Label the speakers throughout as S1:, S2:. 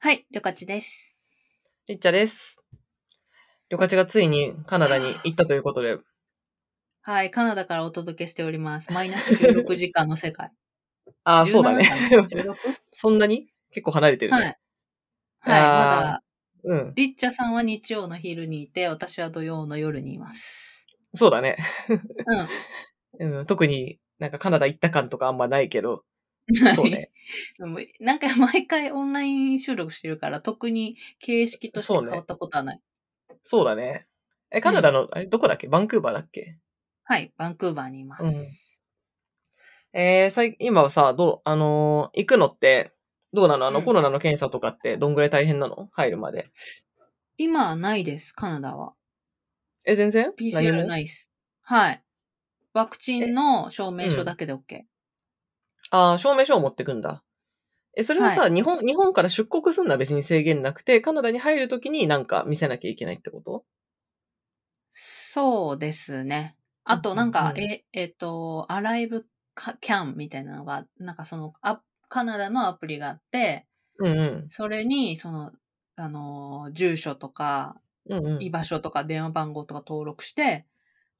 S1: はい、りょかちです。
S2: りっちゃです。りょかちがついにカナダに行ったということで。
S1: はい、カナダからお届けしております。マイナス16時間の世界。
S2: ああ、そうだね。
S1: 17か
S2: そんなに結構離れてる
S1: な 16?
S2: ね。
S1: はい。はい、ま
S2: あー
S1: だ、
S2: うん。
S1: リッチャさんは日曜の昼にいて、私は土曜の夜にい ます。
S2: そうだね。
S1: うん。
S2: うん、特になんかカナダ行った感とかあんまないけど。そうね。
S1: でも。なんか毎回オンライン収録してるから、特に形式として変わったことはない。
S2: そうだね。え、カナダの、あれ、どこだっけバンクーバーだっけ
S1: はい、バンクーバーにいます。
S2: えー、さい今はさ、どう、あのー行くのって、どうなのあの、
S1: うん
S2: コロナの検査とかってどんぐらい大変なの入るまで。
S1: 今はないです、カナダは。
S2: え、全然
S1: PCR
S2: い。
S1: ないです。はい。ワクチンの証明書だけで OK。
S2: ああ、証明書を持ってくんだ。え、それはさ、
S1: は
S2: 日本、日本から出国するのは別に制限なくて、カナダに入るときになんか見せなきゃいけないってこと
S1: そうですね。あと、なん
S2: うんう
S1: か
S2: ん、うん
S1: え、えっと、アライブカキャンみたいなのが、なんかその、あカナダのアプリがあって、
S2: うんうん。
S1: それに、その、あのー、住所とか、
S2: うんうん。
S1: 居場所とか、電話番号とか登録して、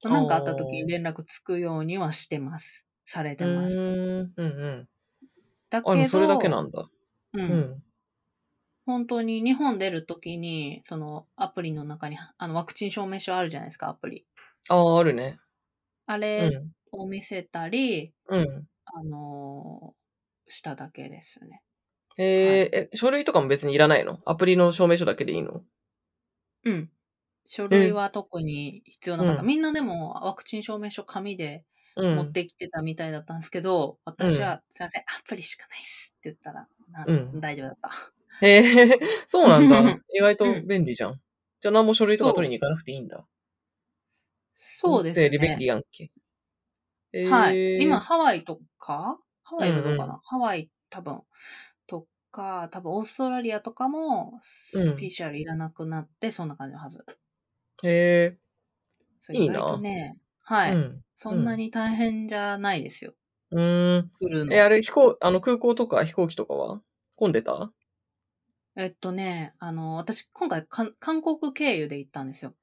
S1: なんかあった時
S2: お
S1: に
S2: ー
S1: 連絡つくようにはしてます。されて
S2: うー
S1: ます。
S2: ん。うんうん。
S1: だけど、
S2: あ、でもそれだけなんだ。
S1: う。
S2: うんん。
S1: 本当に日本出るときに、そのアプリの中に、あのワクチン証明書あるじゃないですか、アプリ。
S2: ああ、あるね。
S1: あ
S2: う
S1: れ
S2: ん。
S1: を見せたり、
S2: うん。
S1: あのーしただけですね。
S2: えーえ、書類とかも別にいらないのアプリの証明書だけでいいの
S1: うん。書類は特に必要なかった。
S2: うん
S1: みんなでもワクチン証明書紙で
S2: うん。
S1: 持ってきてたみたいだったんですけど、私は、すいません、アプリしかないっすって言ったら、な
S2: うん
S1: 大丈夫だった。
S2: へ え、そうなん
S1: うん
S2: だ。意外と便利じゃん。じゃあ何も書類とか取りに行かなくていいんだ。
S1: そうです
S2: リベ
S1: ね
S2: リ。やんけ。えー
S1: はい。今、、ハワイとか、ハワイはどうかな、ハワイ多分とか、多分オーストラリアとかも
S2: うん
S1: PCR いらなくなって、そんな感じのはず。
S2: へ
S1: それ意外とね、は
S2: え、
S1: い、
S2: うん。
S1: そんなに大変じゃないですよ。
S2: うーん。
S1: 来るの。
S2: え、あれ、飛行、あの、空港とか飛行機とかは混んでた
S1: えっとね、あの、私、今回かん、韓国経由で行ったんですよ。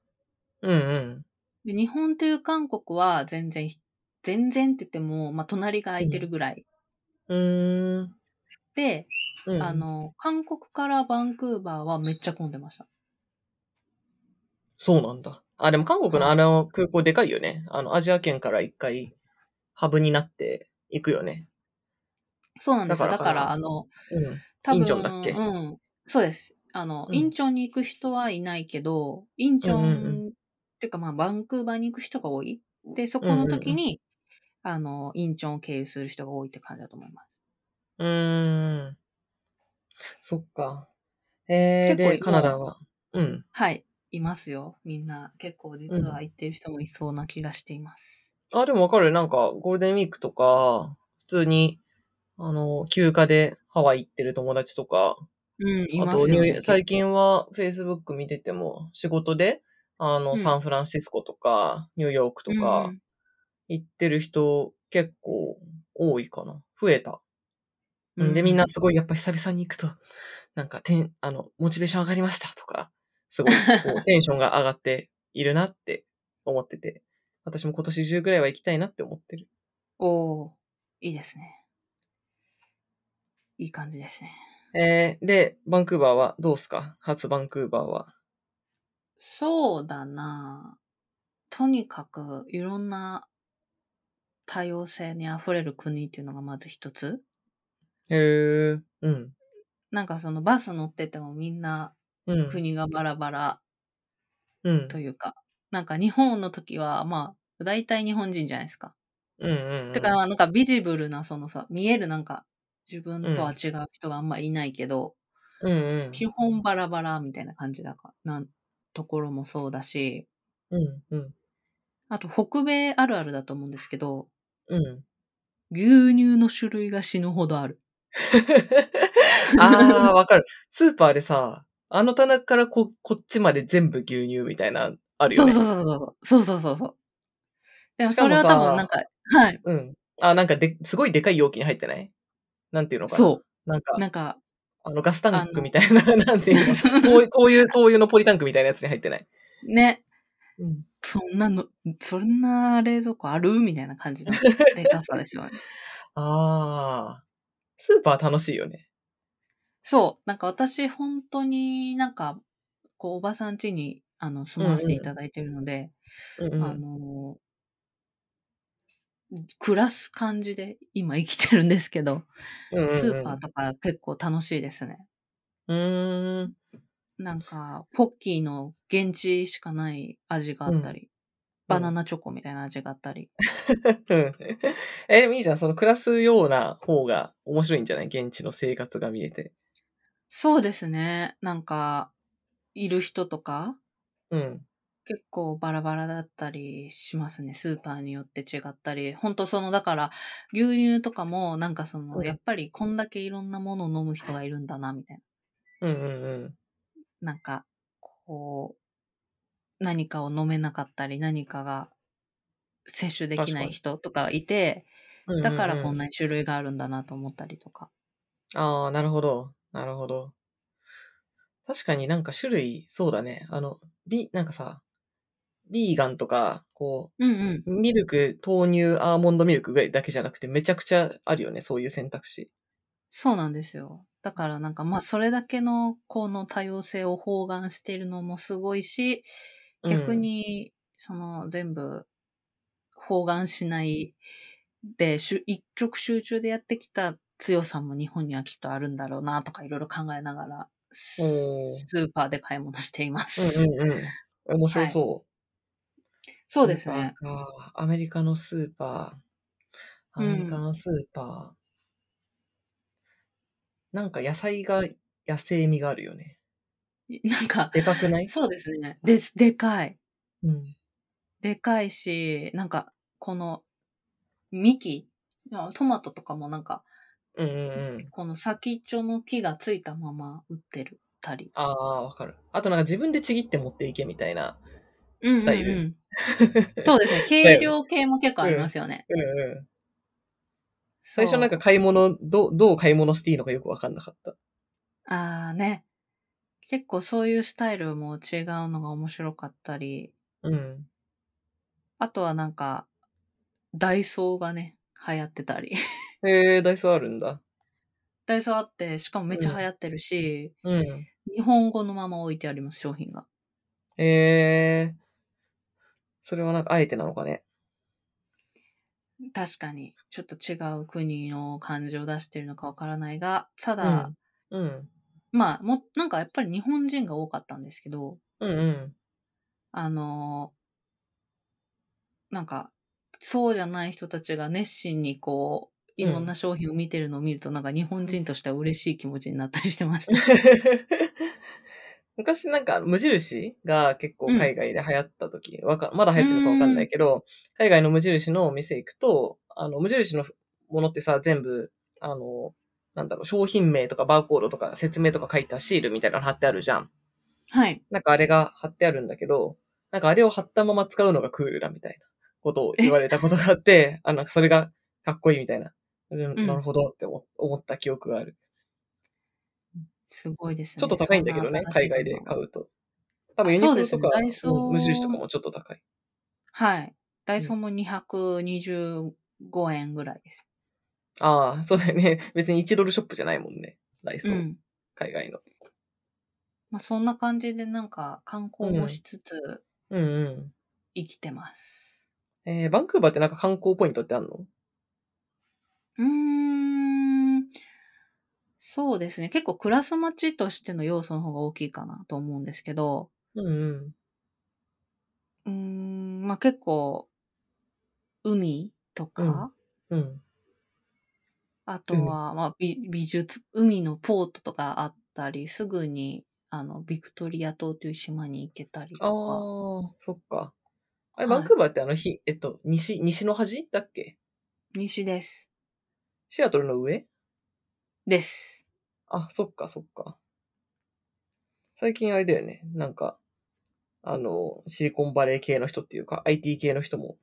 S2: うんうん。
S1: で日本という韓国は全然ひ、全然って言っても、まあ、隣が空いてるぐらい。
S2: うーん。
S1: で、
S2: うん、
S1: あ、の、韓国からバンクーバーはめっちゃ混んでました。
S2: そうなんだ。あ、でも韓国のあの空港でかいよね。あの、アジア圏から一回ハブになっていくよね。
S1: そうなんですよ。だ
S2: だ
S1: か、
S2: かららかな
S1: あの、
S2: うん。
S1: 多分、
S2: インチョンだっけ
S1: うん。そうです。あの、
S2: うん
S1: インチョンに行く人はいないけど、インチョン、
S2: うんうんう
S1: っていうかまあ、バンクーバーに行く人が多い。で、そこの時に、あの、インチョンを経由する人が多いって感じだと思います。
S2: うーん。そっか。えー、
S1: 結構
S2: で、カナダは。うん。
S1: はい。いますよ。みんな、結構実は行ってる人もいそうな気がしています。
S2: あ、でもわかる。なんか、ゴールデンウィークとか、普通に、あの、休暇でハワイ行ってる友達とか、
S1: うん、い
S2: あ
S1: ま
S2: と
S1: す
S2: ニュ
S1: よ、
S2: ー、
S1: ね。
S2: 最近は Facebook 見てても、仕事で、あの、
S1: うん
S2: サンフランシスコとか、ニューヨークと
S1: うんう
S2: か
S1: ん、
S2: 行ってる人、結構多いかな。増えた。うんで、みんなすごい、やっぱ久々に行くと、なんか、てん、あの、モチベーション上がりましたとか、すごい、 こうテンションが上がっているなって思ってて、私も今年中ぐらいは行きたいなって思ってる。
S1: おーいいですね。いい感じですね。
S2: えー、で、バンクーバーはどうすか初バンクーバーは。
S1: そうだなとにかく、いろんな多様性に溢れる国っていうのがまず一つ。
S2: へえ、うん。
S1: なんかそのバス乗っててもみんな
S2: うん。
S1: 国がバラバラ
S2: うん。
S1: というか、なんか日本の時は、まあ、大体日本人じゃないですか。
S2: うんうんうん。
S1: てか、、なんかビジブルな、そのさ、見えるなんか、自分とは違う人があんまりいないけど、
S2: うんうん。
S1: 基本バラバラみたいな感じだから、なん、ところもそうだし、
S2: うんうん。
S1: あと北米あるあるだと思うんですけど、
S2: うん。
S1: 牛乳の種類が死ぬほどある。
S2: あー、わかる。スーパーでさ、あの棚からこ、こっちまで全部牛乳みたいな、ある
S1: そう
S2: よね。
S1: そうそうそう。そうそうそうそう。でも
S2: しか
S1: そ
S2: も
S1: れ
S2: さ
S1: は多分なんか、はい。
S2: うん。あ、なんかで、すごいでかい容器に入ってないなんていうのかな。
S1: そう
S2: なんか
S1: う。、なんか、
S2: あの、ガスタンクみたいな、なんていうの、灯油、灯油、灯油のポリタンクみたいなやつに入ってない。
S1: ね。
S2: うん。
S1: そんなの、そんな冷蔵庫あるみたいな感じのでかさですよね。
S2: ああ。スーパー楽しいよね。
S1: そう。なんか私、本当になんか、こう、おばさん家に、あの、住ませていただいてるので、
S2: うんう
S1: あ
S2: ん。
S1: の、暮らす感じで今生きてるんですけど、
S2: うんうんうん
S1: スーパーとか結構楽しいですね。
S2: うーん。
S1: なんか、ポッキーの現地しかない味があったり、バナナチョコみたいな味があったり。
S2: うん え、でもいいじゃん。その暮らすような方が面白いんじゃない現地の生活が見れて。
S1: そうですね。なんか、いる人とか、
S2: うん。
S1: 結構バラバラだったりしますね。スーパーによって違ったり。ほんとその、だから、牛乳とかも、なんかその、
S2: うん
S1: やっぱりこんだけいろんなものを飲む人がいるんだな、みたい
S2: うんうん
S1: な。なんか、こう、何かを飲めなかったり、何かが摂取できない人とかいて、
S2: うん。
S1: だからこんな
S2: な。
S1: に種類があるんだなと思ったりとか。
S2: ああ、なるほど。なるほど。確かになんか種類、そうだね。あの、ビ、なんかさ、ビーガンとか、こ
S1: うんうん。
S2: う、ミルク、豆乳、アーモンドミルクぐらいだけじゃなくて、めちゃくちゃあるよね。そういう選択肢。
S1: そうなんですよ。だからなんかまあそれだけのこの多様性を包含しているのもすごいし、
S2: うん
S1: 逆にその全部包含しないで、しゅ一極集中でやってきた強さも日本にはきっとあるんだろうなとかいろいろ考えながら、ス
S2: おー
S1: ーパーで買い物しています。
S2: うんうんうん。面白そう。
S1: そうですね。
S2: スーパーか。アメリカのスーパー。アメリカのスーパー。なんか野菜が野生味があるよね。
S1: なんか、
S2: でかくない
S1: そうですね。で、でかい。
S2: うん。
S1: でかいし、なんか、この、幹あトマトとかもなんか、
S2: うんうんうん。
S1: この先っちょの木がついたまま売ってるたり。
S2: ああ、わかる。あとなんか自分でちぎって持っていけみたいな。
S1: うんうんうん
S2: スタイル
S1: そうですね。軽量系も結構ありますよね。
S2: うんうん。
S1: そう
S2: 最初なんか、買い物、どう、どう買い物していいのかよくわかんなかった。
S1: ああね。結構そういうスタイルも違うのが面白かったり、
S2: うん。
S1: あとはなんか、ダイソーがね、流行ってたり。
S2: へえ、ダイソーあるんだ。
S1: ダイソーあって、しかもめっちゃ流行ってるし、
S2: うん。
S1: 日本語のまま置いてあります、商品が。
S2: へえ。それはなんかあえてなのかね。
S1: 確かに、ちょっと違う国の感じを出してるのかわからないが、ただ、
S2: うん。うん。
S1: まあ、も、なんかやっぱり日本人が多かったんですけど、
S2: うんうん。
S1: あのーなんか、そうじゃない人たちが熱心にこう、いろんな商品を見てるのを見ると、なんか日本人としては嬉しい気持ちになったりしてました。
S2: 昔なんか無印が結構海外で流行った時、わかまだ流行ってるのかわかんないけど、海外の無印のお店行くと、あの、無印のものってさ、全部、あの、なんだろう、商品名とかバーコードとか説明とか書いたシールみたいなの貼ってあるじゃん。
S1: はい。
S2: なんかあれが貼ってあるんだけど、なんかあれを貼ったまま使うのがクールだみたいなことを言われたことがあって、あ、なんかそれがかっこいいみたいな。うん
S1: うん
S2: なるほどって思思った記憶がある。
S1: すごいですね。
S2: ちょっと高いんだけどね、
S1: そな新し
S2: 海
S1: い
S2: 外で買
S1: もの
S2: うと。多分
S1: あ
S2: ユニ
S1: そう
S2: ク
S1: で
S2: ロ
S1: す
S2: と
S1: ね
S2: か、
S1: ダイソー
S2: うん無印とかもちょっと高い。
S1: はい。ダイソーも225円ぐらいです。
S2: ああ、そうだよね。 別に1ドルショップじゃないもんね。ダイソ
S1: う
S2: ー、
S1: ん。
S2: 海外の。
S1: まあ、そんな感じでなんか観光もしつつ
S2: うんう
S1: 生きてます。
S2: ん。えー、バンクーバーってなんか観光ポイントってあるの
S1: うーん。そうですね。結構クラス町としての要素の方が大きいかなと思うんですけど、
S2: うんうん。
S1: うーん、まあ結構、海とか、
S2: うん。
S1: あとは、まあ美美術、海のポートとかあったり、すぐに、あの、ビクトリア島という島に行けたり
S2: ああ
S1: とか、、
S2: そっか。あれ、
S1: はい
S2: バンクーバーってあの、ひ、えっと、西、西の端だっけ
S1: 西です。
S2: シアトルの上
S1: です。
S2: あ、そっか、そっか。最近あれだよね。なんか、あの、シリコンバレー系の人っていうか、IT 系の人も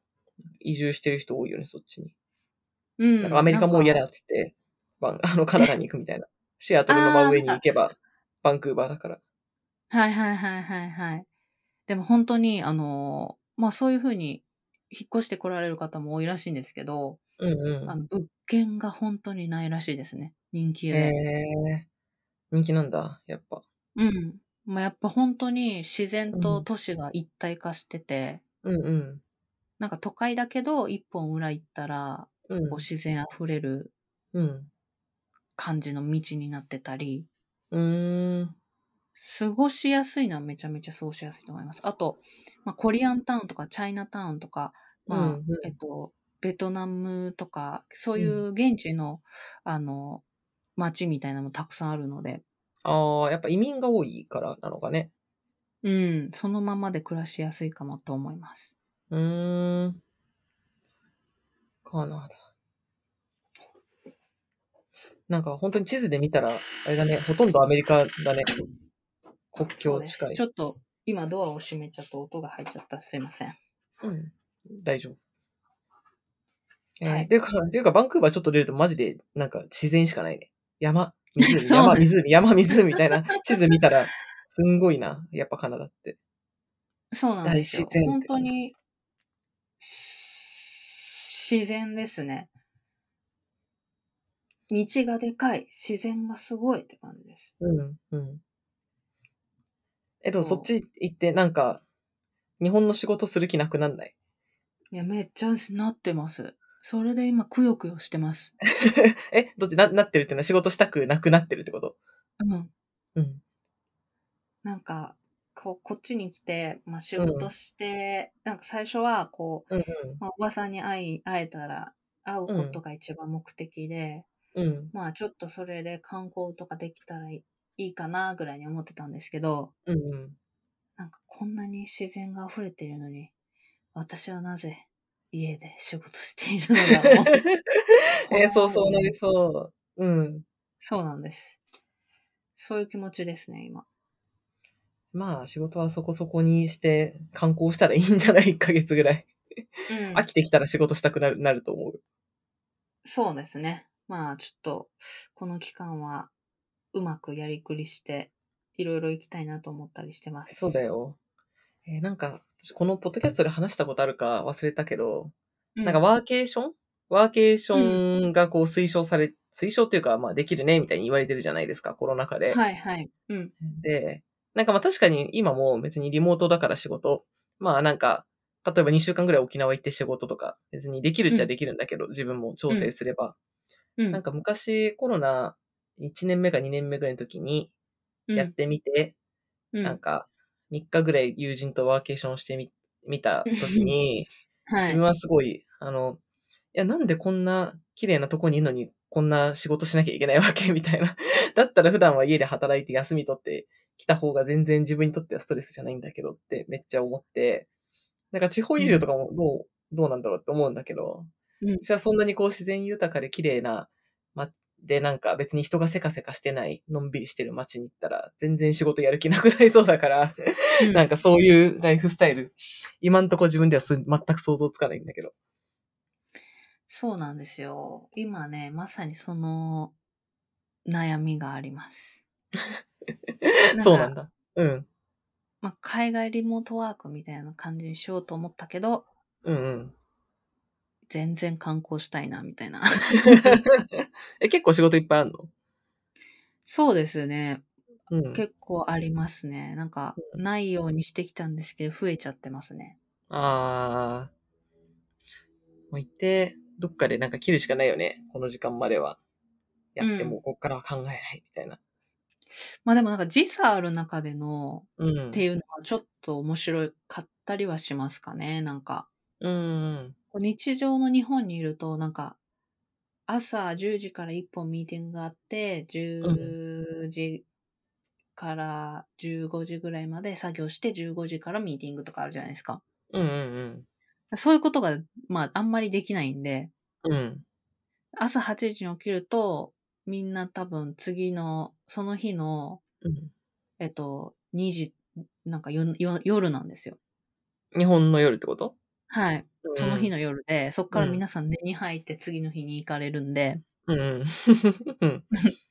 S2: 移住してる人多いよね、そっちに。
S1: うん。
S2: なんかアメリカもう嫌だ
S1: なんか。
S2: っつって、まああの、カナダに行くみたいなシアトルの真上に行けば、バンクーバーだから。
S1: はいはいはいはいはい。でも本当に、あの、まあそういうふうに引っ越してこられる方も多いらしいんですけど、
S2: うん
S1: あ
S2: う
S1: の物件が本当にないらしいですね。人気
S2: ん。
S1: で。
S2: へえ。人気なんだ、やっぱ。
S1: うん。まあ、やっぱ本当に自然と都市が一体化してて、
S2: うんうん。
S1: なんか都会だけど一本裏行ったら、
S2: うん
S1: こう自然あふれる
S2: うん。
S1: 感じの道になってたり、
S2: うーん。
S1: 過ごしやすいのはめちゃめちゃ過ごしやすいと思います。あと、まあ、コリアンタウンとかチャイナタウンとか、まあ、
S2: うんうん
S1: えっと、ベトナムとか、そういう現地の、あの、街みたいなのもたくさんあるので、
S2: ああ、やっぱ移民が多いからなのかね。
S1: うん、そのままで暮らしやすいかもと思います。
S2: うーん。カナダ。なんか本当に地図で見たら、あれだね、ほとんどアメリカだね。国境
S1: そう
S2: 近
S1: です
S2: い
S1: ち。ょっと、今ドアを閉めちゃった音が入っちゃった。すいません。
S2: うん、大丈夫。えー
S1: はい
S2: ていうか、ていうか、バンクーバーちょっと出るとマジで、なんか自然しかないね。山、 湖、
S1: そう
S2: 山、
S1: ね
S2: 湖、山、湖みたいな地図見たら、すんごいな。やっぱカナダって。
S1: そうなんですよ。
S2: 大自然っ
S1: 本
S2: て
S1: 当
S2: 感じ
S1: に、自然ですね。道がでかい。自然がすごいって感じです。
S2: うん、うん。え、でも
S1: そ
S2: そうっち行って、なんか、日本の仕事する気なくなんない。
S1: いや、めっちゃなってます。それで今、くよくよしてます。
S2: え、どっちな、なってるってのは仕事したくなくなってるってこと
S1: うん。
S2: うん。
S1: なんか、こう、こっちに来て、まあ、仕事して、なんか最初は、こ
S2: うん、
S1: う、まあ、おばさんに会い、会えたら、会うことが一番目的で、
S2: うん。うん、
S1: まあちょっとそれで観光とかできたらいいかなぐらいに思ってたんですけど、
S2: うん、 うん。
S1: なんかこんなに自然が溢れているのに、私はなぜ家で仕事しているのだろ う。
S2: えーそうそうなりそう。うん。
S1: そうなんです。そういう気持ちですね、今。
S2: まあ、仕事はそこそこにして、観光したらいいんじゃない ?1 ヶ月ぐらい。
S1: うん
S2: 飽きてきたら仕事したくなる、なると思う。
S1: そうですね。まあちょっと、この期間はうまくやりくりして、いろいろ行きたいなと思ったりしてます。
S2: そうだ。よ。えーなんか、私このポッドキャストで話したことあるか忘れたけど、
S1: うん、
S2: なんかワーケーションワーケーションがこう推奨され、推奨っていうか、まあできるね、みたいに言われてるじゃないですか、コロナ禍で。
S1: はいはい。うん。
S2: で、なんかまあ確かに今も別にリモートだから仕事、まあなんか、例えば2週間ぐらい沖縄行って仕事とか、別にできるっちゃできるんだけど、自分も調整すれば。
S1: うん。
S2: なんか昔コロナ1年目か2年目ぐらいの時にやってみて、
S1: うん、
S2: なんか3日ぐらい友人とワーケーションをしてみ、見た時 に、
S1: は
S2: 自
S1: い
S2: 分。はすごい、あの、いや、なんでこんな綺麗なとこにいるのに、こんな仕事しなきゃいけないわけみたいな。 だったら普段は家で働いて休み取ってきた方が全然自分にとってはストレスじゃないんだけどってめっちゃ思って、なんか地方移住とかもどう、どうなんだろうって思うんだけど、
S1: うん
S2: 私はそんなにこう自然豊かで綺麗な、ま、でなんか別に人がせかせかしてない、のんびりしてる街に行ったら全然仕事やる気なくなりそうだから、
S1: うん
S2: なんかそういうライフスタイル、今んとこ自分ではす全く想像つかないんだけど。
S1: そうなんですよ。今ね、まさにその悩みがあり ます。か
S2: そうなんだ。うん。
S1: まあ、海外リモートワークみたいな感じにしようと思ったけど、
S2: うんうん。
S1: 全然観光したいな、み たいな。
S2: え、結構仕事いっぱいあるの
S1: そうですね。
S2: うん。
S1: 結構ありますね。なんか、ないようにしてきたんですけど、増えちゃってますね。
S2: あー。もう行って、どっかでなんか切るしかないよね。この時間までは。やっても、こっからは考えないみたいな。
S1: まあでもなんか時差ある中での
S2: うん。
S1: っていうのはちょっと面白かったりはしますかね。なんか、
S2: うんうん。
S1: 日常の日本にいると、なんか、朝10時から1本ミーティングがあって、10時から15時ぐらいまで作業して、15時からミーティングとかあるじゃないですか。
S2: うんうん
S1: そういうことが、まあ、あんまりできないんで、
S2: うん。うん。
S1: 朝8時に起きると、みんな多分次の、その日の、
S2: うん
S1: えっと、2時、なんかよよ夜なんですよ。
S2: 日本の夜ってこと
S1: はい。その日
S2: の。
S1: の夜で、そっから
S2: うん
S1: 皆さん寝に入って次の日に行かれるんで、
S2: うんうん。うん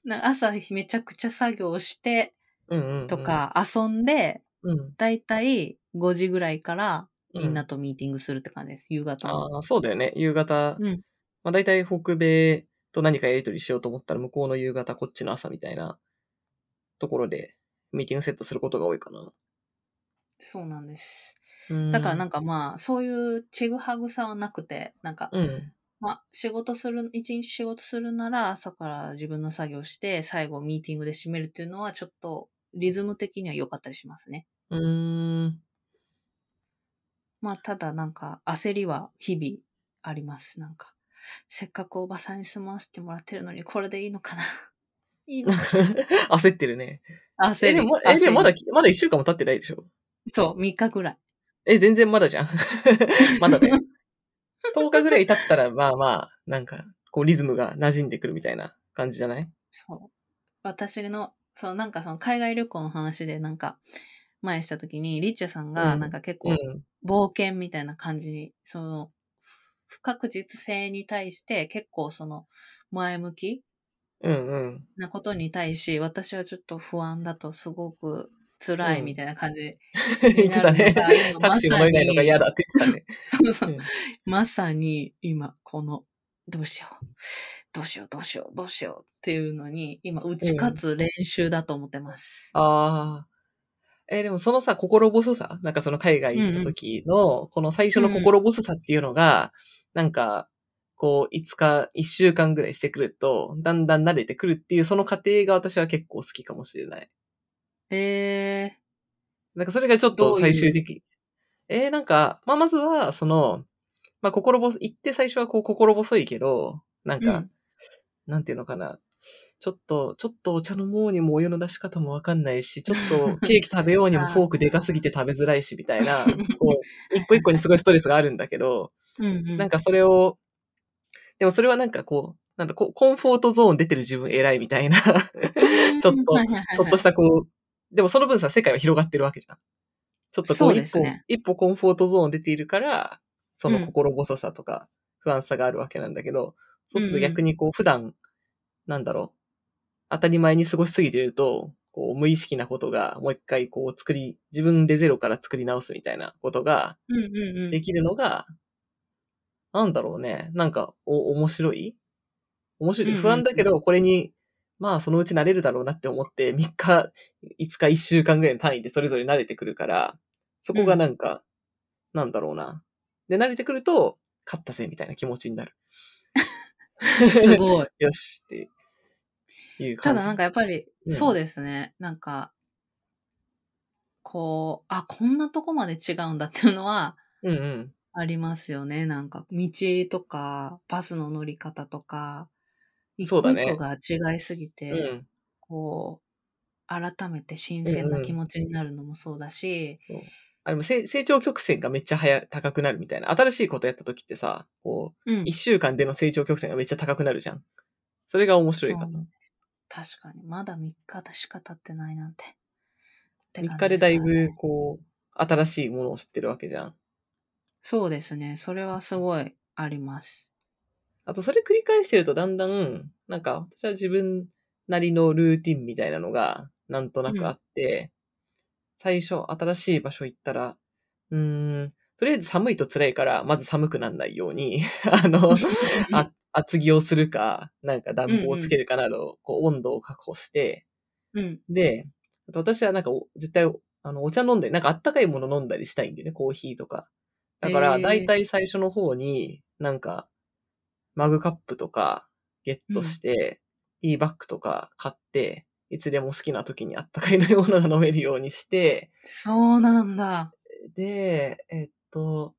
S1: なんか朝めちゃくちゃ作業して
S2: うんうんうん
S1: と、か遊んで、
S2: うん、
S1: だいたい5時ぐらいからみんな
S2: と、
S1: とミーティングするって感じです。夕方の。
S2: ああ、そうだよね。夕方、
S1: うん
S2: まあ、大体北米と何かやり取りしようと思ったら、向こうの夕方、こっちの朝みたいなところで、ミーティングセットすることが多いかな。
S1: そうなんです。
S2: うん
S1: だからなんかまあ、そういうちぐはぐさはなくて、なんか、
S2: うん。
S1: まあ、仕事する、一日仕事するなら朝から自分の作業して、最後ミーティングで締めるっていうのはちょっとリズム的には良かったりしますね。
S2: うーん。
S1: まあ、ただなんか焦りは日々あります。なんか、せっかくおばさんに住まわせてもらってるのにこれでいいのかな いいのか
S2: 焦ってるね。
S1: な焦
S2: え、
S1: り。
S2: でも、え、でもまだ
S1: 焦り、
S2: まだ一週間も経ってないでしょ
S1: そう、3日ぐらい。
S2: え、全然まだじゃん。 まだだよ。10日ぐらい経ったら、まあまあ、なんか、こうリズムが馴染んでくるみたいな感じじゃない
S1: そう。私の、そう、なんかその海外旅行の話でなんか、前した時に、リッチャさん
S2: う
S1: が
S2: ん
S1: なんか結
S2: う
S1: 構
S2: ん。
S1: 冒険みたいな感じに、その、ふ不確実性に対して結構その前向き
S2: うんうん。
S1: なことに対し、私はちょっと不安だとすごく辛いみたいな感じ。
S2: 言ってたね
S1: なるほど。
S2: タクシーも乗れないのが嫌だって言って
S1: そうそ
S2: た
S1: う
S2: ね。
S1: まさに今この、どうしよう。どうしよう、どうしよう、どうしようっていうのに、今打ち勝つ練習だと思ってます。
S2: ああ。えーでもそのさ、心細さ、なんかその海外行った時の、この最初の心細さっていうのが、なんか、こう、5日、1週間ぐらいしてくると、だんだん慣れてくるっていう、その過程が私は結構好きかもしれない。
S1: えー。
S2: なんかそれがちょっと
S1: どういう
S2: 最終的。えーなんか、まあ、まずは、その、まあ、心細、行って最初はこう、心細いけど、なんか、
S1: うん
S2: なんていうのかな。ちょっと、ちょっとお茶飲もうにもお湯の出し方もわかんないし、ちょっとケーキ食べようにも
S1: あー
S2: フォークでかすぎて食べづらいし、みたい な、こう、一個一個にすごいストレスがあるんだけど、
S1: うんうん
S2: なんかそれを、でもそれはなんかこう、なんだ、こうコンフォートゾーン出てる自分偉いみたいな、ちょ
S1: うん
S2: っと、
S1: はいはいはいはい
S2: ちょっとしたこう、でもその分さ、世界は広がってるわけじゃん。ちょっとこ
S1: そううで
S2: 一
S1: す
S2: 歩、
S1: ね
S2: 一歩コンフォートゾーン出ているから、そうの
S1: ん
S2: 心細さとか不安さがあるわけなんだけど、そうする
S1: う
S2: と
S1: んうん
S2: 逆にこう普段、なんだろう、当たり前に過ごしすぎてると、こう無意識なことがもう一回こう作り、自分でゼロから作り直すみたいなことが
S1: うんうんうん
S2: で きるのが、なんだろうね。なんか、お、面白い面
S1: う
S2: 白
S1: ん
S2: い。
S1: うん
S2: 不安だけど、これに、まあ、そのうち慣れるだろうなって思って、3日、5日、1週間ぐらいの単位でそれぞれ慣れてくるから、そこがなんか、なんだろうな。で、慣れてくると、勝ったぜ、みたいな気持ちになる。
S1: すごい。
S2: よし、っていう
S1: た
S2: 感じ。
S1: だなんかやっぱり、
S2: うん
S1: そうですね。なんか、こう、あ、こんなとこまで違うんだっていうのは
S2: うんうん。
S1: ありますよね。なんか、道とか、バスの乗り方とか、一
S2: そう
S1: 個
S2: だね
S1: 一個が違いすぎて、
S2: うん。
S1: こう、改めて新鮮な気持ちになるのもそうだし、
S2: あれもせ成長曲線がめっちゃ早、高くなるみたいな。新しいことやった時ってさ、こう、
S1: うん
S2: 一週間での成長曲線がめっちゃ高くなるじゃん。それが面白いか
S1: そうなん
S2: な。
S1: です確かに。まだ3日しか経ってないなんて。って感じ
S2: 3日です
S1: か
S2: だ
S1: ら
S2: い
S1: ね
S2: ぶ、こう、新しいものを知ってるわけじゃん。
S1: そうですね。それはすごいあります。
S2: あと、それ繰り返してるとだんだん、なんか、私は自分なりのルーティンみたいなのが、なんとなくあって、最初、新しい場所行ったら、うーん、とりあえず寒いと辛いから、まず寒くならないように、 あの、 あ厚着をするか、なんか暖房をつけるかなど、こう、温度を確保して、
S1: うん。
S2: で、あと私はなんかお絶対おあのお茶飲んだり、なんかあったかいもの飲んだりしたいんでね、コーヒーとか。だから
S1: へー
S2: 大体最初の方になんかマグカップとかゲットして、ティーバッグとか買って、いつでも好きな時にあったかい飲み物が飲めるようにして、
S1: そうなんだ。
S2: で、えっと、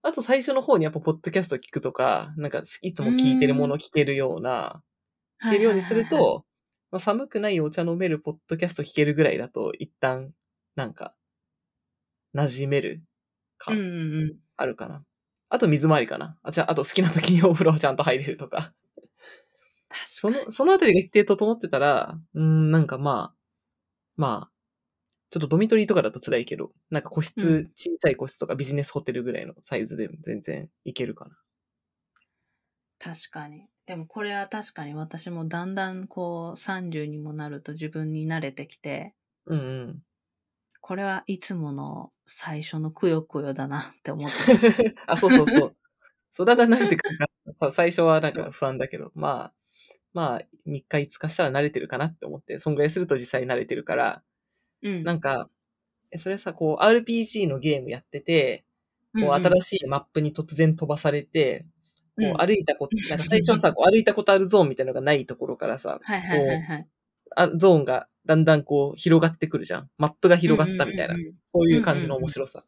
S2: あと最初の方にやっぱポッドキャスト聞くとか、なんかいつも聞いてるもの聞けるような、聞けるようにする
S1: はいはいはいはい、
S2: と、まあ、寒くないお茶飲めるポッドキャスト聞けるぐらいだと、一旦、なんか、馴染めるか、
S1: うんうんうん。
S2: あるかな。あと水回りかな。あ、じゃあ、あと好きな時にお風呂ちゃんと入れるとか。そ
S1: 確かに。
S2: の、そのあたりが一定整ってたら、うーん、なんかまあ、まあ、ちょっとドミトリーとかだと辛いけど、なんか個室、
S1: う
S2: 小さい個室とかビジネスホテルぐらいのサイズでも全然いけるかな。
S1: 確かに。でもこれは確かに私もだんだんこう30にもなると自分に慣れてきて、
S2: うんうん。
S1: これはいつもの最初のくよくよだなって思って
S2: あ、そうそうそう。そう、だから慣れてくるから、さ最初はなんか不安だけど、まあ、まあ、3日5日したら慣れてるかなって思って、そんぐらいすると実際慣れてるから、
S1: うん。
S2: なんか、えそれさ、こう、RPG のゲームやってて、こう、新
S1: し
S2: しいマップに突然飛ばされて、こう、
S1: る。
S2: 歩いたこと、なんか最初はさ、こう、歩いたことあるゾーンみたいなのがないところからさ、
S1: はいはいはいはい。
S2: あゾーンがだんだんこう、広がってくるじゃん。マップが広がってたみたいな
S1: うんう。んうんうん
S2: そういう感じの面白さ。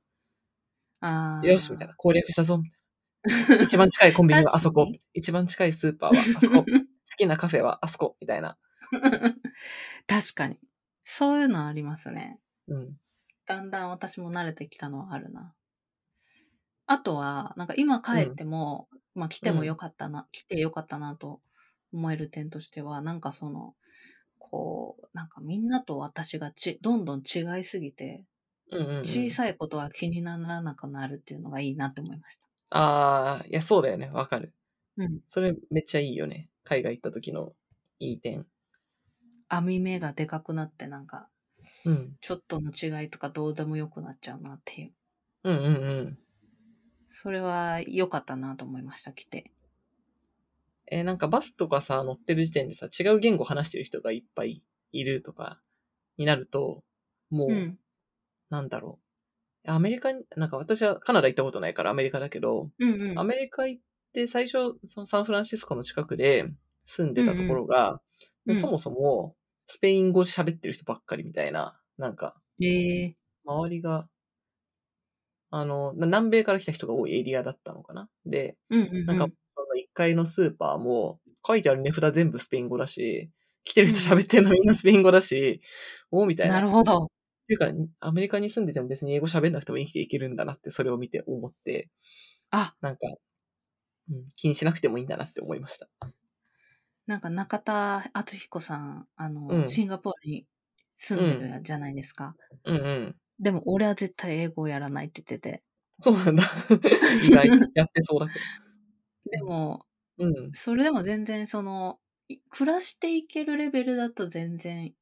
S1: ああ。
S2: よし、みたいな。攻略したぞ。一番近いコンビニはあそこ
S1: 確か。
S2: 一番近いスーパーはあそこ。好きなカフェはあそこ。みたいな。
S1: 確かに。そういうのありますね。
S2: うん。
S1: だんだん私も慣れてきたのはあるな。あとは、なんか今帰っても、まあ来てもよかったな、来てよかったなと思える点としては、なんかその、こう、なんかみんなと私がち、どんどん違いすぎて、
S2: うんうん、うん。
S1: 小さいことは気にならなくなるっていうのがいいなって思いました。
S2: ああ、いや、そうだよね。わかる。
S1: うん。
S2: それめっちゃいいよね。海外行った時のいい点。
S1: 網目がでかくなって、なんか、
S2: うん。
S1: ちょっとの違いとかどうでもよくなっちゃうなっていう。
S2: うんうんうん。
S1: それは良かったなと思いました、来て。
S2: えーなんかバスとかさ、乗ってる時点でさ、違う言語話してる人がいっぱいいるとか、になると、もう、
S1: うん。
S2: なんだろう。アメリカに、なんか私はカナダ行ったことないからアメリカだけど、
S1: うんうん。
S2: アメリカ行って最初、そのサンフランシスコの近くで住んでたところが、
S1: うんうん
S2: そもそもスペイン語喋ってる人ばっかりみたいな、なんか、
S1: ええ
S2: 周りが、あの、な南米から来た人が多いエリアだったのかな。で、
S1: うんうん、うん。
S2: なんか、その1階のスーパーも、書いてある値札全部スペイン語だし、来てる人喋ってるのみんなスペイン語だし、おおみたいな。
S1: なるほど。
S2: っていうか、アメリカに住んでても別に英語喋んなくても生きていけるんだなって、それを見て思って、
S1: あ、
S2: なんか、うん、気にしなくてもいいんだなって思いました。
S1: なんか中田敦彦さん、あの、
S2: うん
S1: シンガポールに住んでるじゃないですか。
S2: うんうん。
S1: でも俺は絶対英語をやらないって言ってて。
S2: そうな んだ。意外にやってそうだけ
S1: でも、
S2: ど。うん。
S1: それでも全然その、い暮らしていけるレベルだと全然、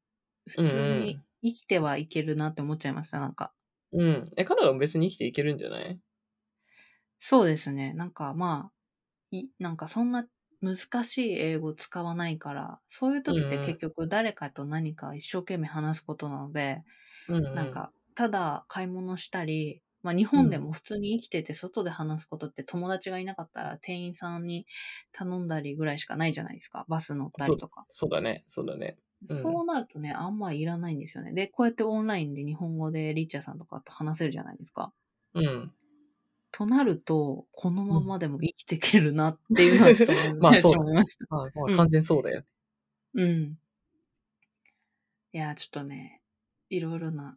S1: 普通に生きてはいけるなって思っちゃいました、なんか。
S2: うん。え、カナダも別に生きていけるんじゃない
S1: そうですね。なんかまあ、いなんかそんな難しい英語使わないから、そういう時っ
S2: うんう
S1: て
S2: ん
S1: 結局誰かと何か一生懸命話すことなので、
S2: うん、う
S1: なん。かただ買い物したり、まあ日本でも普通に生きてて外で話すことって友達がいなかったら店員さんに頼んだりぐらいしかないじゃないですか。バス乗ったりとか。
S2: そうだね。そうだね。
S1: そ
S2: そうう
S1: なるとね、あんまいらないんですよね。で、こうやってオンラインで日本語でリッチャーさんとかと話せるじゃないですか。
S2: うん。
S1: となると、このままでも生きていけるなっていうのはちょっと思い
S2: まあそうだ
S1: 思いました。
S2: まあ、ま
S1: うん
S2: あ、完全そうだよ。
S1: うん。いや、ちょっとね、いろいろな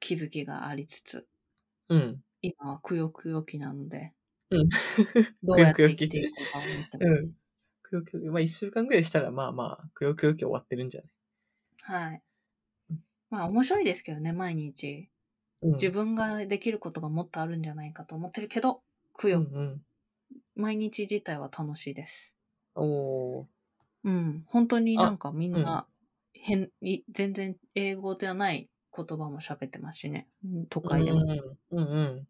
S1: 気づきがありつつ、
S2: うん。
S1: 今はくよくよ期なので、
S2: うん
S1: どうやって生きていこうか思ってます。
S2: うん。くよくよ、まあ一週間ぐらいしたら、まあまあ、くよくよ期終わってるんじゃない
S1: はい。まあ面白いですけどね、毎日。
S2: うん。
S1: 自分ができることがもっとあるんじゃないかと思ってるけど、くよ、
S2: うんうん。
S1: 毎日自体は楽しいです。
S2: おー。
S1: うん、本当になんかみんな変、い全然英語ではない言葉も喋ってますしね。うん都会でも。
S2: うんうん。うんうん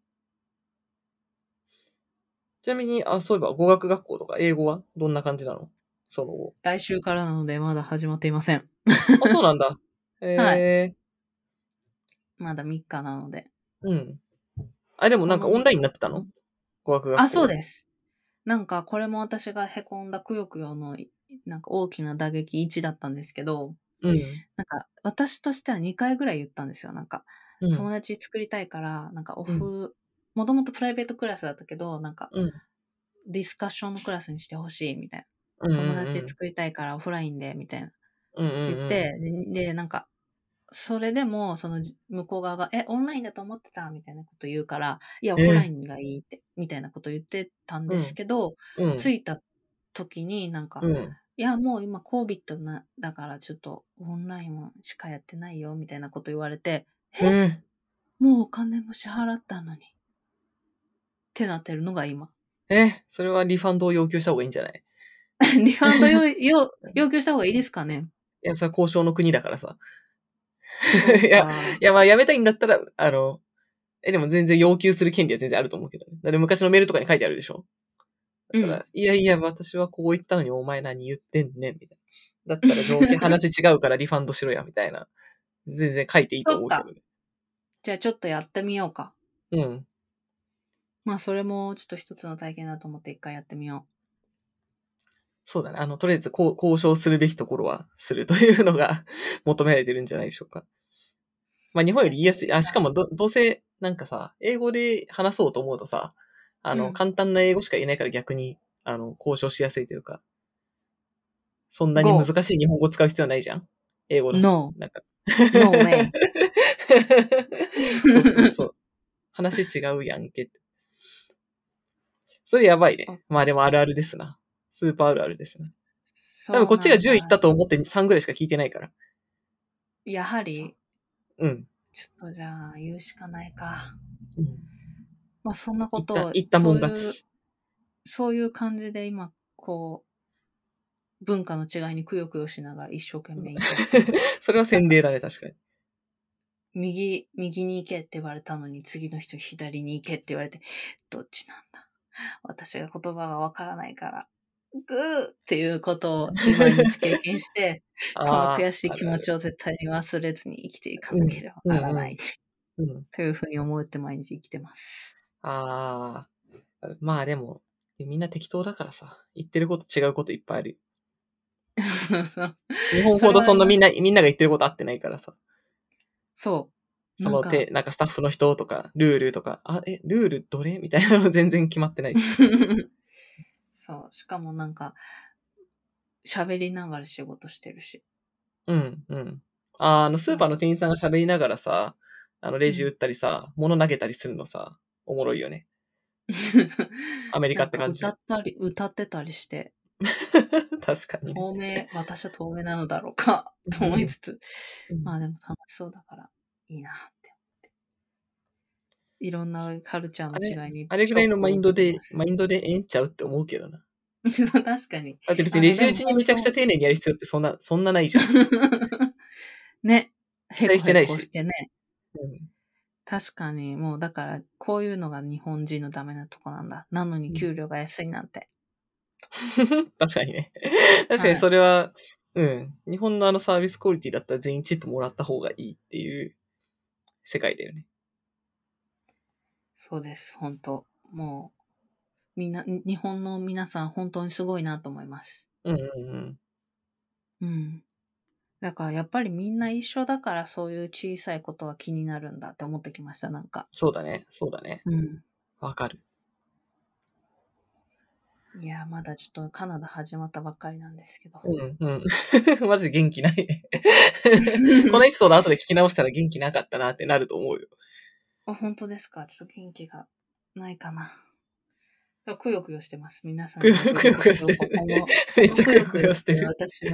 S2: ちなみに、あ、そういえば語学学校とか英語はどんな感じなのその 後
S1: 来週からなのでまだ始まっていません。
S2: あ、そうなんだ。え
S1: まだ3日なので。
S2: ーうん。あ、でもなんかオンラインになってたの語学学校。
S1: あ、そう
S2: す。
S1: です。なんかこれも私が凹んだくよくよのなんか大きな打撃1だったんですけど、
S2: うん。
S1: なんか私としては2回ぐらい言ったんですよ。なんか
S2: うん
S1: 友達作りたいから、なんかオフ、もともとプライベートクラスだったけど、なんか
S2: うん
S1: ディスカッションのクラスにしてほしいみたいな。
S2: うん
S1: 友達作りたいからオフラインで、みたいな言っ、て、で、でなんか、それでも、その、じ向こう側が、え、オンラインだと思ってたみたいなこと言うから、いや、オ
S2: え
S1: フラインがいいって、みたいなこと言ってたんですけど、
S2: うんうんうん、
S1: 着いた時になんか、
S2: うん
S1: いや、もう今 COVID な、だからちょっとオンラインしかやってないよ、みたいなこと言われて、
S2: えー
S1: もうお金も支払ったのに。ってなってるのが今。
S2: え、それはリファンドを要求した方がいいんじゃない
S1: リファンド要要要求した方がいいですかね。
S2: いや、それは交渉の国だから さ。
S1: そ
S2: い
S1: う
S2: や、
S1: か
S2: いや、まあ、やめたいんだったら、あの、え、でも全然要求する権利は全然あると思うけどね。だって昔のメールとかに書いてあるでしょだから、
S1: うん
S2: いやいや、私はこう言ったのにお前何言ってんねん、みたいな。だったら条 件話違うからリファンドしろや、みたいな。全然書いていいと思うけどね。
S1: じゃあちょっとやってみようか。
S2: うん。
S1: まあそれもちょっと一つの体験だと思って一回やってみよ
S2: そうだね。あの、とりあえず、こう交渉するべきところはするというのが 求められてるんじゃないでしょうか。まあ、日本より言いやすい。あ、しかもど、どうせ、なんかさ、英語で話そうと思うとさ、あの、
S1: うん
S2: 簡単な英語しか言えないから逆に、あの、交渉しやすいというか、そんなに難しい日本語使う必要はないじゃん英語
S1: う。
S2: だと
S1: No,
S2: なんか。
S1: no way.
S2: そうそう そう。話違うやんけって。それやばいね。まあでもあるあるですな。スーパーあるあるですな。多分こっちが10いった
S1: と。
S2: と思って3ぐらいしか聞いてないから。
S1: やはり、
S2: うん。
S1: ちょっとじゃあ言うしかないか。
S2: うん
S1: まあそんなこと
S2: 言っ
S1: を
S2: た、言ったもん
S1: そ
S2: 勝
S1: ういう
S2: ち。
S1: そういう感じで今、こう、文化の違いにくよくよしながら一生懸命生きて
S2: それは洗礼だね、確かに。
S1: 右、右に行けって言われたのに、次の人左に行けって言われて、どっちなんだ私が言葉がわからないから、グーっていうことを毎日経験して、 この
S2: あー
S1: 悔しい気持ちを絶対に忘れずに生きていかなければならない、
S2: あるあるうん。
S1: というふうに思って毎日生きてます。
S2: ああ。まあでも、みんな適当だからさ。言ってること違うこといっぱいあるよ。日本ほどそんなみんな、みんなが言ってること合ってないからさ。
S1: そう。な
S2: そ
S1: ん
S2: の
S1: か、
S2: 手、なんかスタッフの人とか、ルールとか、あ、え、ルールどれみたいなの全然決まってないし。
S1: そう。しかもなんか、喋りながら仕事してるし。
S2: うん、うん。ああの、スーパーの店員さんが喋りながらさ、あの、レジ打ったりさ、物投げたりするのさ、おもろいよね。 アメリカって感じ
S1: なんか歌ったり、歌ってたりして、
S2: 確かにね。
S1: 透明、私は透明なのだろうか、と思いつつ、
S2: うん
S1: まあでも楽しそうだから、いいなって思って。いろんなカルチャーの違いに。
S2: あれぐらいのマインドで、
S1: ショッ
S2: マインドでええんちゃうって思うけどな。
S1: クを受けてます 確かに。
S2: だって別にレジ打ちにめちゃくちゃ丁寧にやる必要ってそんな、 そんなないじゃん。
S1: ね。
S2: 期待してないし
S1: へこへこしてね。
S2: うん
S1: 確かに、もうだから、こういうのが日本人のダメなとこなんだ。なのに給料が安いなんて。
S2: 確かにね。 確かにそれは、うん。日本のあのサービスクオリティだったら全員チップもらった方がいいっていう世界だよね。
S1: そうです、本当もう、みんな、日本の皆さん本当にすごいなと思います。
S2: うんうんうん。
S1: うん。だからやっぱりみんな一緒だからそういう小さいことは気になるんだって思ってきました、なんか。
S2: そうだね。そうだね。
S1: うん。
S2: わかる。
S1: いや、まだちょっとカナダ始まったばっかりなんですけど。
S2: うんうん。 マジ元気ないね。このエピソード後で聞き直したら元気なかったなってなると思うよ。
S1: あ、本当ですかちょっと元気がないかな。あくよくよしてます、皆さん。
S2: くよくよく よしてる
S1: ここの
S2: めっちゃくよくよしてる。
S1: 私の、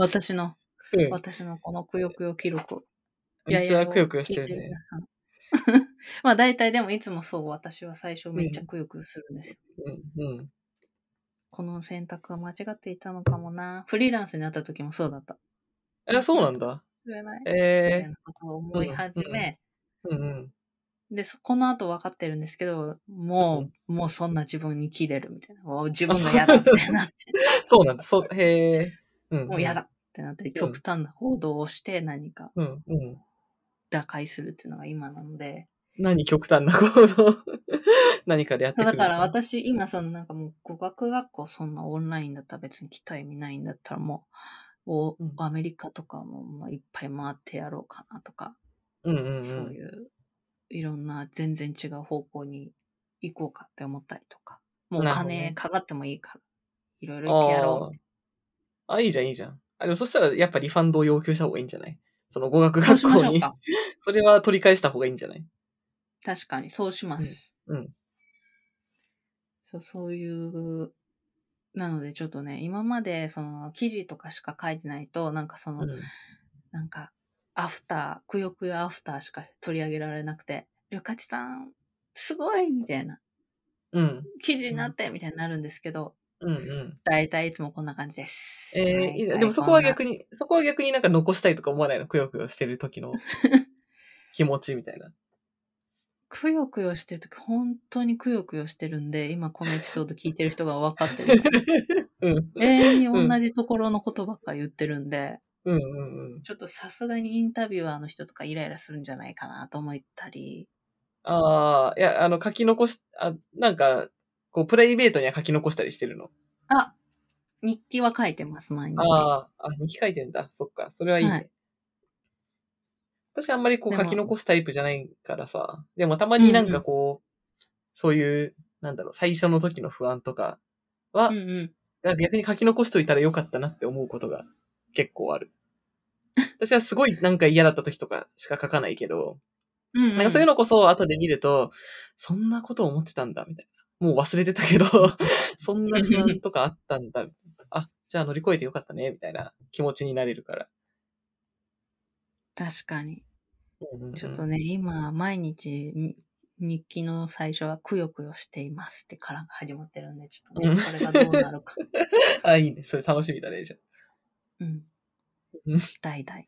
S1: 私の、
S2: うん。
S1: 私のこのくよくよ記録。
S2: めっちゃくよくよして
S1: い
S2: る
S1: やいや
S2: ね。
S1: 皆さんまあ大体でもいつもそう、私は最初めっちゃくよくよするんですよ
S2: うんうん。
S1: この選択は間違っていたのかもな。フリーランスになった時もそうだった。
S2: え、そうなんだ。
S1: 知らないみた
S2: え
S1: いなことを思い始め、
S2: ー、うんうん。
S1: で、そこの後分かってるんですけど、もう、もうそんな自分に切れるみたいな。もう自分が嫌だみたいになって、
S2: そうなんだ。そう、へえ。うん。
S1: もう嫌だ。ってなって、極端な行動をして何か
S2: うんうん。
S1: 打開するっていうのが今なので。
S2: 何極端な行動 何かでやって
S1: そう
S2: くる
S1: だ から私、今そのなんかもう語学学校そんなオンラインだったら別に来た意味ないんだったらもう、お
S2: うん
S1: アメリカとかもまあいっぱい回ってやろうかなとか。
S2: うんうんうん。
S1: そういういろんな全然違う方向に行こうかって思ったりとか、もうお
S2: なるほど
S1: 金
S2: ね
S1: かかってもいいから、いろいろ行ってやろ
S2: あーあ、いいじゃん、いいじゃん。あ、でもそしたらやっぱリファンドを要求した方がいいんじゃないその語学
S1: う。そう
S2: 学
S1: しま
S2: 校
S1: しょう
S2: に。
S1: か。
S2: それは取り返した方がいいんじゃない
S1: 確かに、そうします。
S2: うんうん
S1: そう、そういう、なのでちょっとね、今までその記事とかしか書いてないと、なんかその、
S2: うん。
S1: なんか、アフター、くよくよアフターしか取り上げられなくて、りょかちさん、すごいみたいな、
S2: うん。
S1: 記事になってみたいになるんですけど、
S2: うんうん。
S1: 大体いつもこんな感じです。
S2: えーいいねでもそこは逆に、そこは逆になんか残したいとか思わないの、くよくよしてる 時の気持ちみたいな。
S1: くよくよしてるとき、本当にくよくよしてるんで、今このエピソード聞いてる人が分かって る。
S2: うん。
S1: 永遠に同じところのことばっかり言ってるんで、
S2: うんうんうん。
S1: ちょっとさすがにインタビュアーの人とかイライラするんじゃないかなと思ったり、
S2: ああ、いや、あの、書き残し、あ、なんか、こう、プライベートには書き残したりしてるの。
S1: あ、日記は書いてます、毎日。
S2: ああ、あ、日記書いてんだ。そっか。それはいいね。
S1: はい
S2: 私あんまりこう
S1: でも
S2: 書き残すタイプじゃないからさ。でもたまになんかこう、そういう、なんだろう、最初の時の不安とかは、
S1: うんうん。
S2: 逆に書き残しといたらよかったなって思うことが結構ある。私はすごいなんか嫌だった時とかしか書かないけど、
S1: うんうん
S2: なんかそういうのこそ後で見ると、そんなこと思ってたんだ、みたいな。もう忘れてたけど、そんな不安とかあったんだ。あ、じゃあ乗り越えてよかったね、みたいな気持ちになれるから。
S1: 確かに。
S2: うんうんうん
S1: ちょっとね、今、毎日、み日記の最初はくよくよしていますってからが始まってるんで、ちょっとね、
S2: うん
S1: これがどうな るか。
S2: あ、いいね。それ楽しみだね、じゃ
S1: うん
S2: うん。
S1: 代々。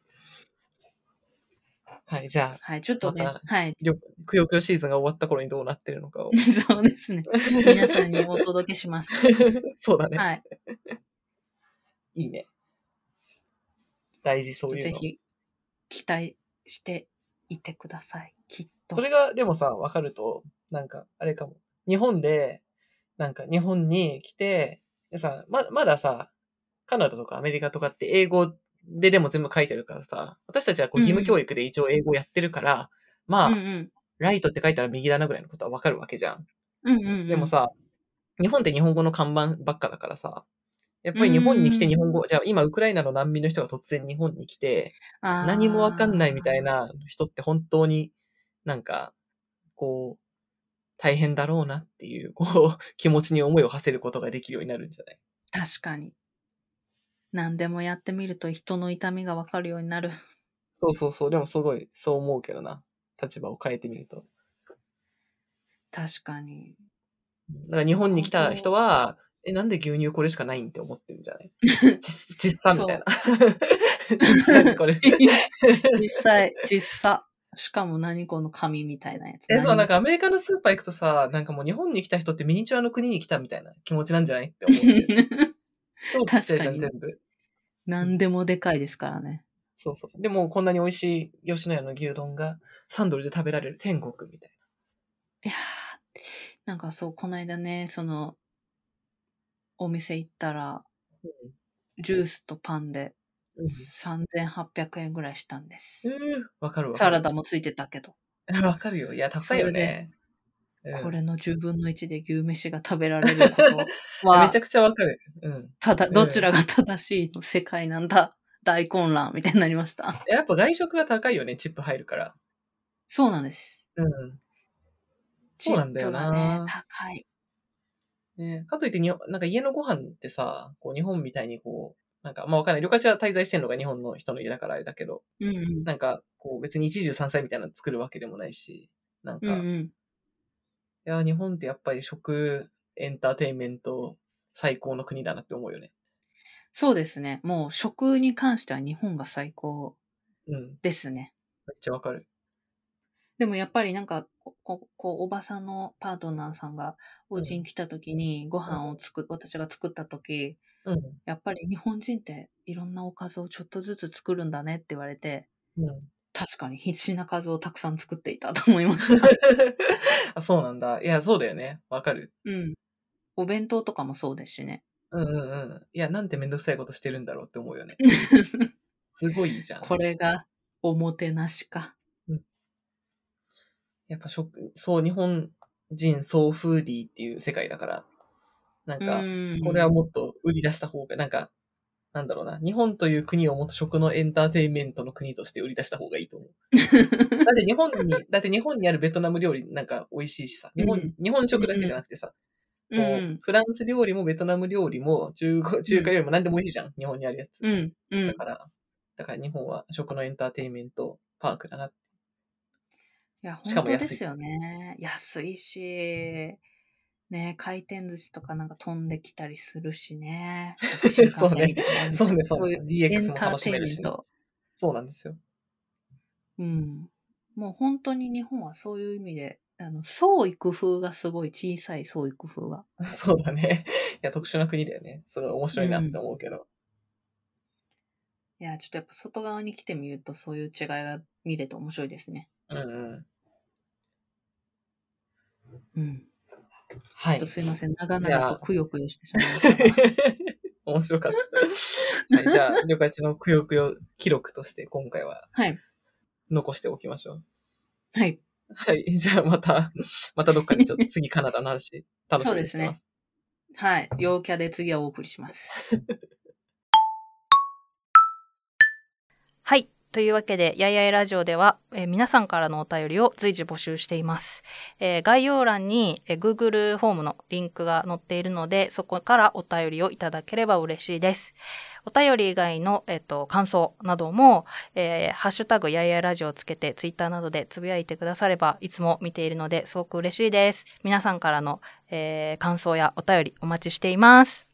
S2: あ。はい、じゃあ、
S1: はい、ちょっとね
S2: ま、
S1: はい、。
S2: りょくよくよシーズンが終わった頃にどうなってるのかを
S1: そうですね。皆さんにお届けします。
S2: そう だね。
S1: はい。
S2: い、いね。大事、そういう
S1: ぜ
S2: の。
S1: ひ、期待していてください。きっと。
S2: それが、でもさ、わかると、なんか、あれかも。日本で、なんか、日本に来て、でさ、ま、まださ、カナダとかアメリカとかって英語ででも全部書いてあるからさ、私たちはこう
S1: うん
S2: 義務教育で一応英語やってるから、まあ、
S1: うんうん。
S2: ライトって書いたら右だなぐらいのことはわかるわけじゃん。
S1: うんうんうん、
S2: でも、さ、日本って日本語の看板ばっかだからさ、やっぱり日本に来て日本語、じゃあ今ウクライナの難民の人が突然日本に来て、何もわかんないみた
S1: い
S2: いな人って本当になんか、こう、大変だろうなっていう、こう、 気持ちに思いを馳せることができるようになるんじゃない
S1: な。確かに。何でもやってみると人の痛みがわかるようになる。
S2: そうそうそう、でもすごい、そう思うけどな。立場を変えてみると。
S1: 確かに。
S2: だから日本に来た人は、え、なんで牛乳これしかないんって思ってるんじゃ ないち ちっさみたいな。ちっさしこれ。
S1: 実際、実際。しかも何この紙みたいなやつ。
S2: え、そう、なん
S1: か。
S2: かアメリカのスーパー行くとさ、なんかもう日本に来た人ってミニチュアの国に来たみたいな気持ちなんじゃないって 思う。超ちっちゃいじゃ
S1: 確か
S2: ん、全
S1: に
S2: 部。
S1: 何でもでかいですからね。
S2: そうそう。でも、こんなに美味しい吉野家の牛丼が3ドルで食べられる天国みたい
S1: いやーなんかそう、この間ね、その、お店行ったら、
S2: な。
S1: ジュースとパンで
S2: うん。
S1: 3800円ぐらいしたんです。
S2: うーわかるわ。
S1: サラダ。もついてたけど、
S2: わかるよ。いや、高いよね。うん
S1: これの10分の1で牛飯が食べられる こと
S2: め
S1: は
S2: ち、ゃくちゃわかる。うん。
S1: ただ、
S2: うん
S1: どちらが正しいの世界なんだ。大混乱みたいになりました。
S2: やっぱ外食が高いよね、チップ入るから。
S1: そうなんです。
S2: うん。そうなんだよな
S1: チップがね、高い。
S2: ね、かといってに、なんか家のご飯ってさ、こう日本みたいにこう、なんか、まあわかんない。旅客は滞在してんのが日本の人の家だからあれだけど、
S1: うんうん。
S2: なんか、こう別に一汁三菜みたいなの作るわけでもないし、なん
S1: う
S2: か、
S1: ん
S2: い
S1: うん。
S2: や、日本ってやっぱり食、エンターテインメント、最高の国だなって思うよね。
S1: そうですね。もう食に関しては日本が最高
S2: うん。め
S1: ですね。
S2: っちゃわかる。
S1: でもやっぱりなんかこここうおばさんのパートナーさんがお家に来た時にご飯を作、私が作った時
S2: うん。
S1: やっぱり日本人っていろんなおかずをちょっとずつ作るんだねって言われて
S2: うん。
S1: 確かに必死な数をたくさん作っていたと思いました、
S2: あ、そうなんだ。いや、そうだよね。わかる。
S1: うん、お弁当とかもそうですし ね
S2: うんうんうん。いや、なんてめんどくさいことしてるんだろうって思うよね。すごいじゃん。
S1: これがおもてなしか
S2: やっぱ食、そう、日本人総フーディーっていう世界だから、なんか、これはもっと売り出した方が、なんか、なんだろうな、日本という国をもっと食のエンターテインメントの国として売り出した方がいいと思う。 だって日本 に、だって日本にあるベトナム料理なんか美味しいしさ、日本、
S1: うん
S2: 日本食だけじゃなくてさ、
S1: う
S2: こ
S1: ん
S2: う
S1: うん
S2: フランス料理もベトナム料理も中国中華料理も何でも美味しいじゃん、日本にあるやつ。
S1: うんう
S2: だ
S1: ん
S2: から、だから日本は食のエンターテインメントパークだな。
S1: いや、
S2: しか
S1: 本
S2: も
S1: 当
S2: 安い。
S1: ですよね。安いし、ね回転寿司とかなんか飛んできたりするしね
S2: そ
S1: 新幹
S2: うね
S1: 線みたいな
S2: そうね、そうね。
S1: エ
S2: DX
S1: ン
S2: も
S1: ター
S2: 楽し
S1: テイ
S2: め
S1: ン
S2: る
S1: メ
S2: し
S1: ン
S2: ね、
S1: ト。
S2: そうなんですよ。
S1: うん。もう本当に日本はそういう意味で、あの、創意工夫がすごい小さい創意工夫が。
S2: そうだね。 いや、特殊な国だよね。すごい面白いなって思うけど。
S1: いや、ちょっとやっぱ外側に来てみるとそういう違いが見れて面白いですね。
S2: うん、うん。
S1: うん。ちょ
S2: は
S1: っ
S2: い
S1: と。すいません。長
S2: じゃ
S1: 々
S2: あ
S1: とくよくよしてしまいましたが。
S2: 面白かった。はい、じゃあ、旅館地のくよくよ記録として今回は
S1: はい。
S2: 残しておきましょう。
S1: はい。
S2: はい。 じゃあ、また、またどっかでちょっと次カナダの話、楽しみにしてます。
S1: はい。陽キャで次はお送りします。
S3: はい。というわけで、やいやいラジオでは、えー皆さんからのお便りを随時募集しています。えー概要欄に、えー Google フォームのリンクが載っているので、そこからお便りをいただければ嬉しいです。お便り以外の、えっと感想なども、えーハッシュタグやいやいラジオをつけて、Twitter などでつぶやいてくだされば、いつも見ているので、すごく嬉しいです。皆さんからの、えー感想やお便りお待ちしています。